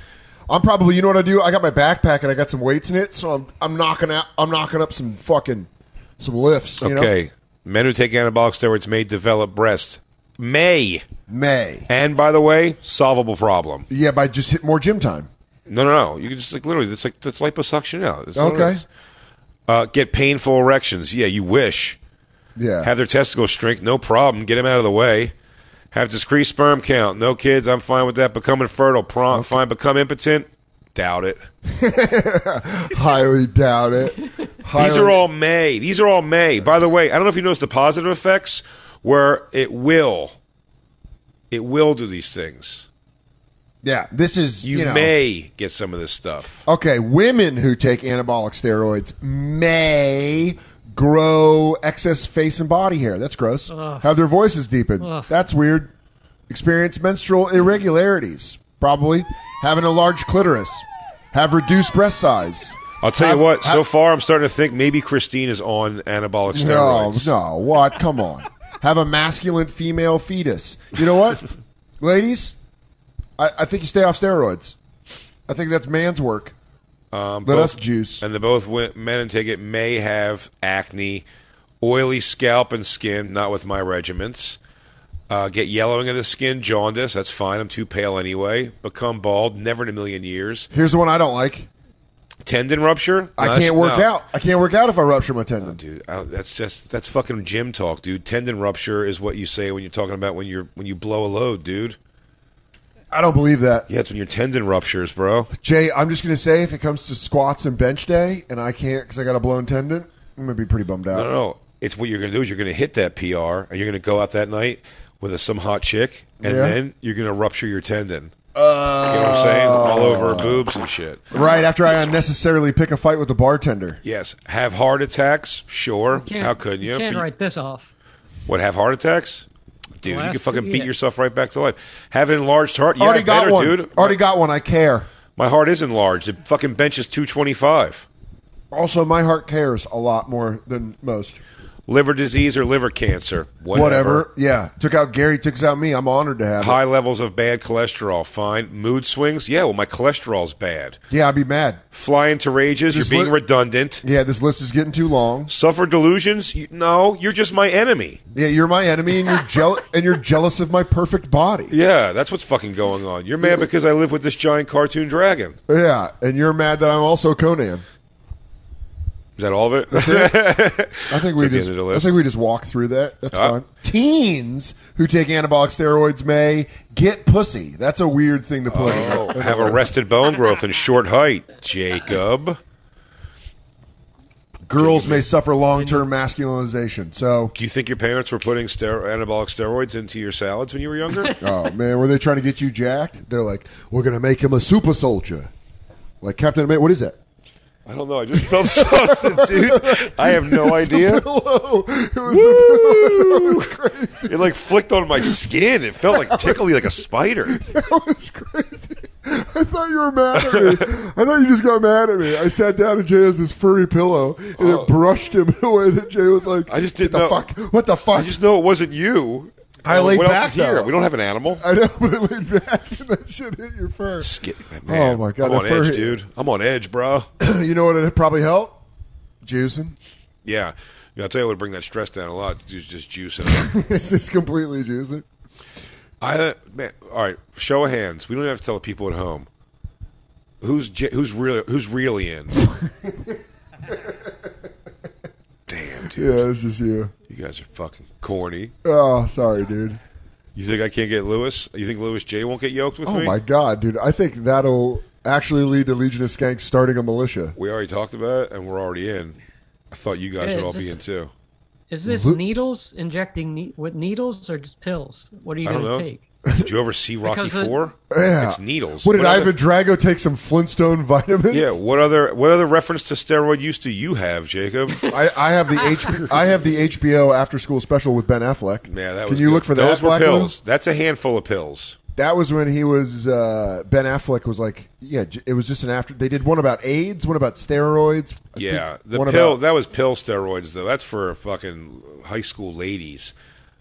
Speaker 7: I'm probably you know what I do? I got my backpack and I got some weights in it, so I'm I'm knocking out I'm knocking up some fucking some lifts. You
Speaker 10: Okay.
Speaker 7: know?
Speaker 10: Men who take anabolic steroids may develop breasts. May.
Speaker 7: May.
Speaker 10: And by the way, solvable problem.
Speaker 7: yeah, by just hit more gym time.
Speaker 10: No, no, no. You can just like literally, it's like that's liposuction out. That's all it
Speaker 7: Okay.
Speaker 10: is. Uh, get painful erections. Yeah, you wish.
Speaker 7: Yeah.
Speaker 10: Have their testicles shrink. No problem. Get them out of the way. Have decreased sperm count. No kids. I'm fine with that. Become infertile. Prom. Fine. Become impotent. Doubt it.
Speaker 7: Highly doubt it.
Speaker 10: These
Speaker 7: Highly-
Speaker 10: are all May. These are all May. By the way, I don't know if you noticed the positive effects where it will, it will do these things.
Speaker 7: Yeah, this is
Speaker 10: You,
Speaker 7: you, know,
Speaker 10: may get some of this stuff.
Speaker 7: Okay, women who take anabolic steroids may grow excess face and body hair. That's gross.
Speaker 10: Ugh.
Speaker 7: Have their voices deepen.
Speaker 10: Ugh.
Speaker 7: That's weird. Experience menstrual irregularities. Probably having a large clitoris. Have reduced breast size.
Speaker 10: I'll tell
Speaker 7: Have-
Speaker 10: you what. so
Speaker 7: have-
Speaker 10: far, I'm starting to think maybe Christine is on anabolic steroids.
Speaker 7: No, no, what? Come on. Have a masculine female fetus. You know what, ladies? I, I think you stay off steroids. I think that's man's work.
Speaker 10: Um,
Speaker 7: Let us juice.
Speaker 10: And the both wi- men who take it may have acne, oily scalp and skin. Not with my regiments. Uh, get yellowing of the skin, jaundice. That's fine. I'm too pale anyway. Become bald. Never in a million years.
Speaker 7: Here's the one I don't like.
Speaker 10: Tendon rupture.
Speaker 7: I
Speaker 10: No, that's-
Speaker 7: can't work
Speaker 10: no.
Speaker 7: out. I can't work out if I rupture my tendon.
Speaker 10: dude. I don't, that's just that's fucking gym talk, dude. Tendon rupture is what you say when you're talking about when you're when you blow a load, dude.
Speaker 7: I don't believe that.
Speaker 10: Yeah, it's when your tendon ruptures, bro.
Speaker 7: Jay, I'm just gonna say if it comes to squats and bench day, and I can't because I got a blown tendon, I'm gonna be pretty bummed out.
Speaker 10: No, no, no. It's what you're going to do is you're going to hit that PR and you're going to go out that night with a, some hot chick, and
Speaker 7: Yeah.
Speaker 10: then you're going to rupture your tendon. you know what I'm saying? All over her boobs and shit.
Speaker 7: Right after I unnecessarily pick a fight with the bartender.
Speaker 10: Yes. Have heart attacks? Sure.
Speaker 5: Can't-
Speaker 10: How could you?
Speaker 5: You can't
Speaker 10: But-
Speaker 5: write this off.
Speaker 10: What, have heart attacks? Dude, you
Speaker 5: Last
Speaker 10: can fucking
Speaker 5: two
Speaker 10: beat
Speaker 5: years.
Speaker 10: yourself right back to life. Have an enlarged heart? Yeah,
Speaker 7: Already got
Speaker 10: better,
Speaker 7: one.
Speaker 10: dude.
Speaker 7: Already got one. I care.
Speaker 10: My heart is enlarged. The fucking bench is 225.
Speaker 7: Also, my heart cares a lot more than most.
Speaker 10: Liver disease or liver cancer?
Speaker 7: Whatever. Yeah. Took out Gary. Took out me. I'm honored to have. it.
Speaker 10: High levels of bad cholesterol. Fine. Mood swings? Yeah, well, my cholesterol's bad.
Speaker 7: Yeah, I'd be mad.
Speaker 10: Fly into rages?
Speaker 7: Just
Speaker 10: you're being
Speaker 7: li-
Speaker 10: redundant.
Speaker 7: Yeah, this list is getting too long.
Speaker 10: Suffer delusions? You- No, you're just my enemy.
Speaker 7: Yeah, you're my enemy, and you're jealous, and you're jealous of my perfect body.
Speaker 10: Yeah, that's what's fucking going on. You're mad because I live with this giant cartoon dragon.
Speaker 7: Yeah, and you're mad that I'm also Conan.
Speaker 10: Is that all of it?
Speaker 7: That's it. I think we
Speaker 10: Is that the end
Speaker 7: just.
Speaker 10: of the
Speaker 7: I
Speaker 10: list?
Speaker 7: think we just walk through that. That's
Speaker 10: Ah.
Speaker 7: fine. Teens who take anabolic steroids may get pussy. That's a weird thing to put. in.
Speaker 10: Oh, have arrested bone growth and short height, Jacob.
Speaker 7: Girls may suffer long-term masculinization. So,
Speaker 10: Do you think your parents were putting stero- anabolic steroids into your salads when you were younger?
Speaker 7: oh man, were they trying to get you jacked? They're like, we're gonna make him a super soldier, like Captain America. What is that?
Speaker 10: I don't know. I just felt sauced, dude. I have no
Speaker 7: It's the
Speaker 10: idea.
Speaker 7: pillow. It was the pillow. It was crazy.
Speaker 10: It like flicked on my skin. It felt like tickly, like a spider.
Speaker 7: I thought you were mad at me. I thought you just got mad at me. I sat down and Jay has this furry pillow, and it brushed him in a way that Jay was like,
Speaker 10: Oh. I just didn't
Speaker 7: what the
Speaker 10: know-
Speaker 7: fuck? What the fuck?
Speaker 10: I just know it wasn't you.
Speaker 7: I
Speaker 10: Uh,
Speaker 7: laid
Speaker 10: what
Speaker 7: back,
Speaker 10: else is here?
Speaker 7: though.
Speaker 10: We don't have an animal.
Speaker 7: I know, but it laid back, and that shit hit your fur.
Speaker 10: Skip, man.
Speaker 7: Oh my god,
Speaker 10: I'm on
Speaker 7: that fur
Speaker 10: edge,
Speaker 7: hit-
Speaker 10: dude. I'm on edge, bro.
Speaker 7: you know what? It probably helped. Juicing.
Speaker 10: Yeah. Yeah, I'll tell you what would bring that stress down a lot. Just, just juicing.
Speaker 7: it's just completely juicing.
Speaker 10: I man, all right. Show of hands. We don't have to tell the people at home who's j- who's really who's really in. Damn, dude.
Speaker 7: Yeah, it's just you.
Speaker 10: You guys are fucking corny.
Speaker 7: Oh, sorry, dude.
Speaker 10: You think I can't get Lewis? You think Lewis J won't get yoked with
Speaker 7: Oh
Speaker 10: me?
Speaker 7: my god, dude. I think that'll actually lead to Legion of Skanks starting a militia.
Speaker 10: We already talked about it, and we're already in. I thought you guys
Speaker 5: Yeah,
Speaker 10: would all
Speaker 5: it's
Speaker 10: be in
Speaker 5: just-
Speaker 10: too.
Speaker 5: Is this
Speaker 7: Lu-
Speaker 5: needles injecting ne- with needles or just pills? What are you
Speaker 10: I don't
Speaker 5: going to
Speaker 10: know.
Speaker 5: take?
Speaker 10: Did you ever see Rocky
Speaker 5: Because the-
Speaker 10: Four?
Speaker 7: Yeah.
Speaker 10: It's needles.
Speaker 7: What did
Speaker 10: other-
Speaker 7: Ivan Drago take some Flintstone vitamins?
Speaker 10: Yeah. What other What other reference to steroid use do you have, Jacob?
Speaker 7: I, I have the H- I have the HBO after school special with Ben Affleck.
Speaker 10: Yeah, that
Speaker 7: Can
Speaker 10: was
Speaker 7: you
Speaker 10: good.
Speaker 7: look for
Speaker 10: Those
Speaker 7: that?
Speaker 10: were
Speaker 7: Black Lou?
Speaker 10: pills. That's a handful of pills.
Speaker 7: That was when he was uh, Ben Affleck was like, yeah, j- it was just an after. They did one about AIDS, one about steroids. I
Speaker 10: Yeah,
Speaker 7: think
Speaker 10: the
Speaker 7: one
Speaker 10: pill
Speaker 7: about-
Speaker 10: that was pill steroids though. That's for fucking high school ladies.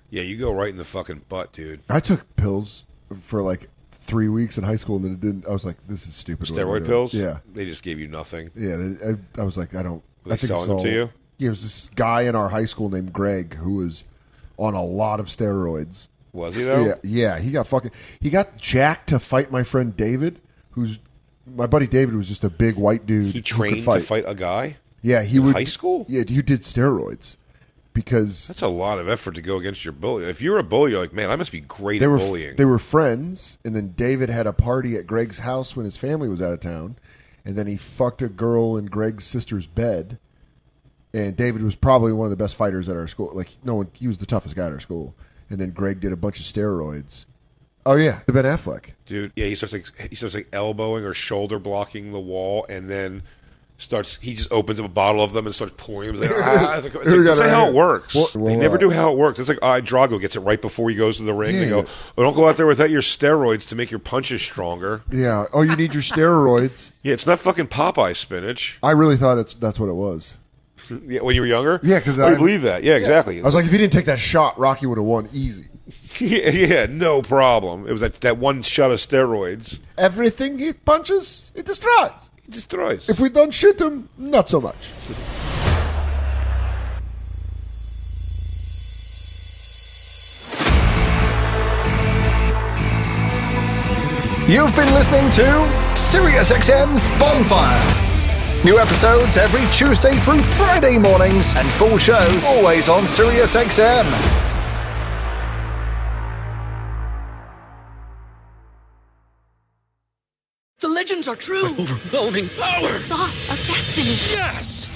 Speaker 10: Yeah, you go right in the fucking butt, dude.
Speaker 7: I took pills for like three weeks in high school, and then it didn't. I was like, this is stupid. what am I
Speaker 10: Steroid
Speaker 7: doing?
Speaker 10: pills.
Speaker 7: Yeah,
Speaker 10: they just gave you nothing.
Speaker 7: yeah. they- I, I was like, I don't.
Speaker 10: Were they
Speaker 7: I think
Speaker 10: selling
Speaker 7: it's
Speaker 10: them to
Speaker 7: all-
Speaker 10: you?
Speaker 7: Yeah, it was this guy in our high school named Greg who was on a lot of steroids.
Speaker 10: Was he though?
Speaker 7: Yeah, yeah, he got fucking. He got jacked to fight my friend David, who's my buddy David was just a big white dude.
Speaker 10: He
Speaker 7: who could
Speaker 10: trained to fight a guy.
Speaker 7: Yeah, he
Speaker 10: in
Speaker 7: would.
Speaker 10: high school.
Speaker 7: Yeah, you did steroids because
Speaker 10: That's a lot of effort to go against your bully. If you're a bully, you're like, man, I must be great
Speaker 7: they
Speaker 10: at
Speaker 7: were
Speaker 10: bullying.
Speaker 7: they were friends, and then David had a party at Greg's house when his family was out of town, and then he fucked a girl in Greg's sister's bed. And David was probably one of the best fighters at our school. Like no one, he was the toughest guy at our school. And then Greg did a bunch of steroids. Oh yeah, Ben Affleck.
Speaker 10: dude. Yeah, he starts like he starts like elbowing or shoulder blocking the wall, and then starts. He just opens up a bottle of them and starts pouring them. It's like, ah, it's like, it's
Speaker 7: Here we
Speaker 10: like,
Speaker 7: got
Speaker 10: that's
Speaker 7: it
Speaker 10: not
Speaker 7: right
Speaker 10: how it
Speaker 7: here.
Speaker 10: works.
Speaker 7: Well,
Speaker 10: they
Speaker 7: well,
Speaker 10: never
Speaker 7: uh,
Speaker 10: do how it works. It's like ah, Drago gets it right before he goes to the ring. They go,
Speaker 7: Yeah.
Speaker 10: oh, don't go out there without your steroids to make your punches stronger.
Speaker 7: Yeah. Oh, you need your steroids.
Speaker 10: Yeah, it's not fucking Popeye spinach.
Speaker 7: I really thought it's that's what it was.
Speaker 10: Yeah, when you were younger.
Speaker 7: Yeah, because
Speaker 10: I believe that. Yeah, exactly.
Speaker 7: I was like, if he didn't take that shot, Rocky would have won easy.
Speaker 10: yeah, yeah, no problem. It was that, that one shot of steroids.
Speaker 7: Everything he punches, it destroys.
Speaker 10: It destroys.
Speaker 7: If we don't shoot him, not so much.
Speaker 8: You've been listening to SiriusXM's Bonfire. New episodes every Tuesday through Friday mornings, and full shows always on SiriusXM.
Speaker 1: The legends are true. overwhelming power. sauce of destiny. Yes.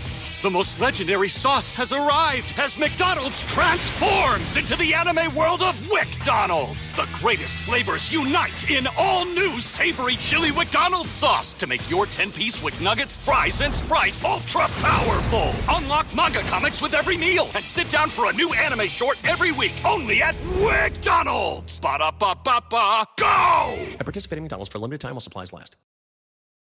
Speaker 1: The most legendary sauce has arrived as McDonald's transforms into the anime world of WickDonald's. The greatest flavors unite in all new savory chili McDonald's sauce to make your 10-piece Wick Nuggets, fries, and Sprite ultra-powerful. Unlock manga comics with every meal and sit down for a new anime short every week only at WickDonald's. Ba-da-ba-ba-ba, go!
Speaker 14: At participating McDonald's for a limited time while supplies last.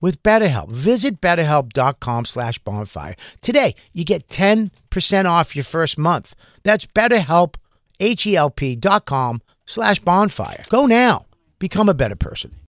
Speaker 5: with BetterHelp. Visit betterhelp.com slash bonfire. Today, you get 10% off your first month. That's betterhelp, H-E-L-P dot com slash bonfire. Go now. Become a better person.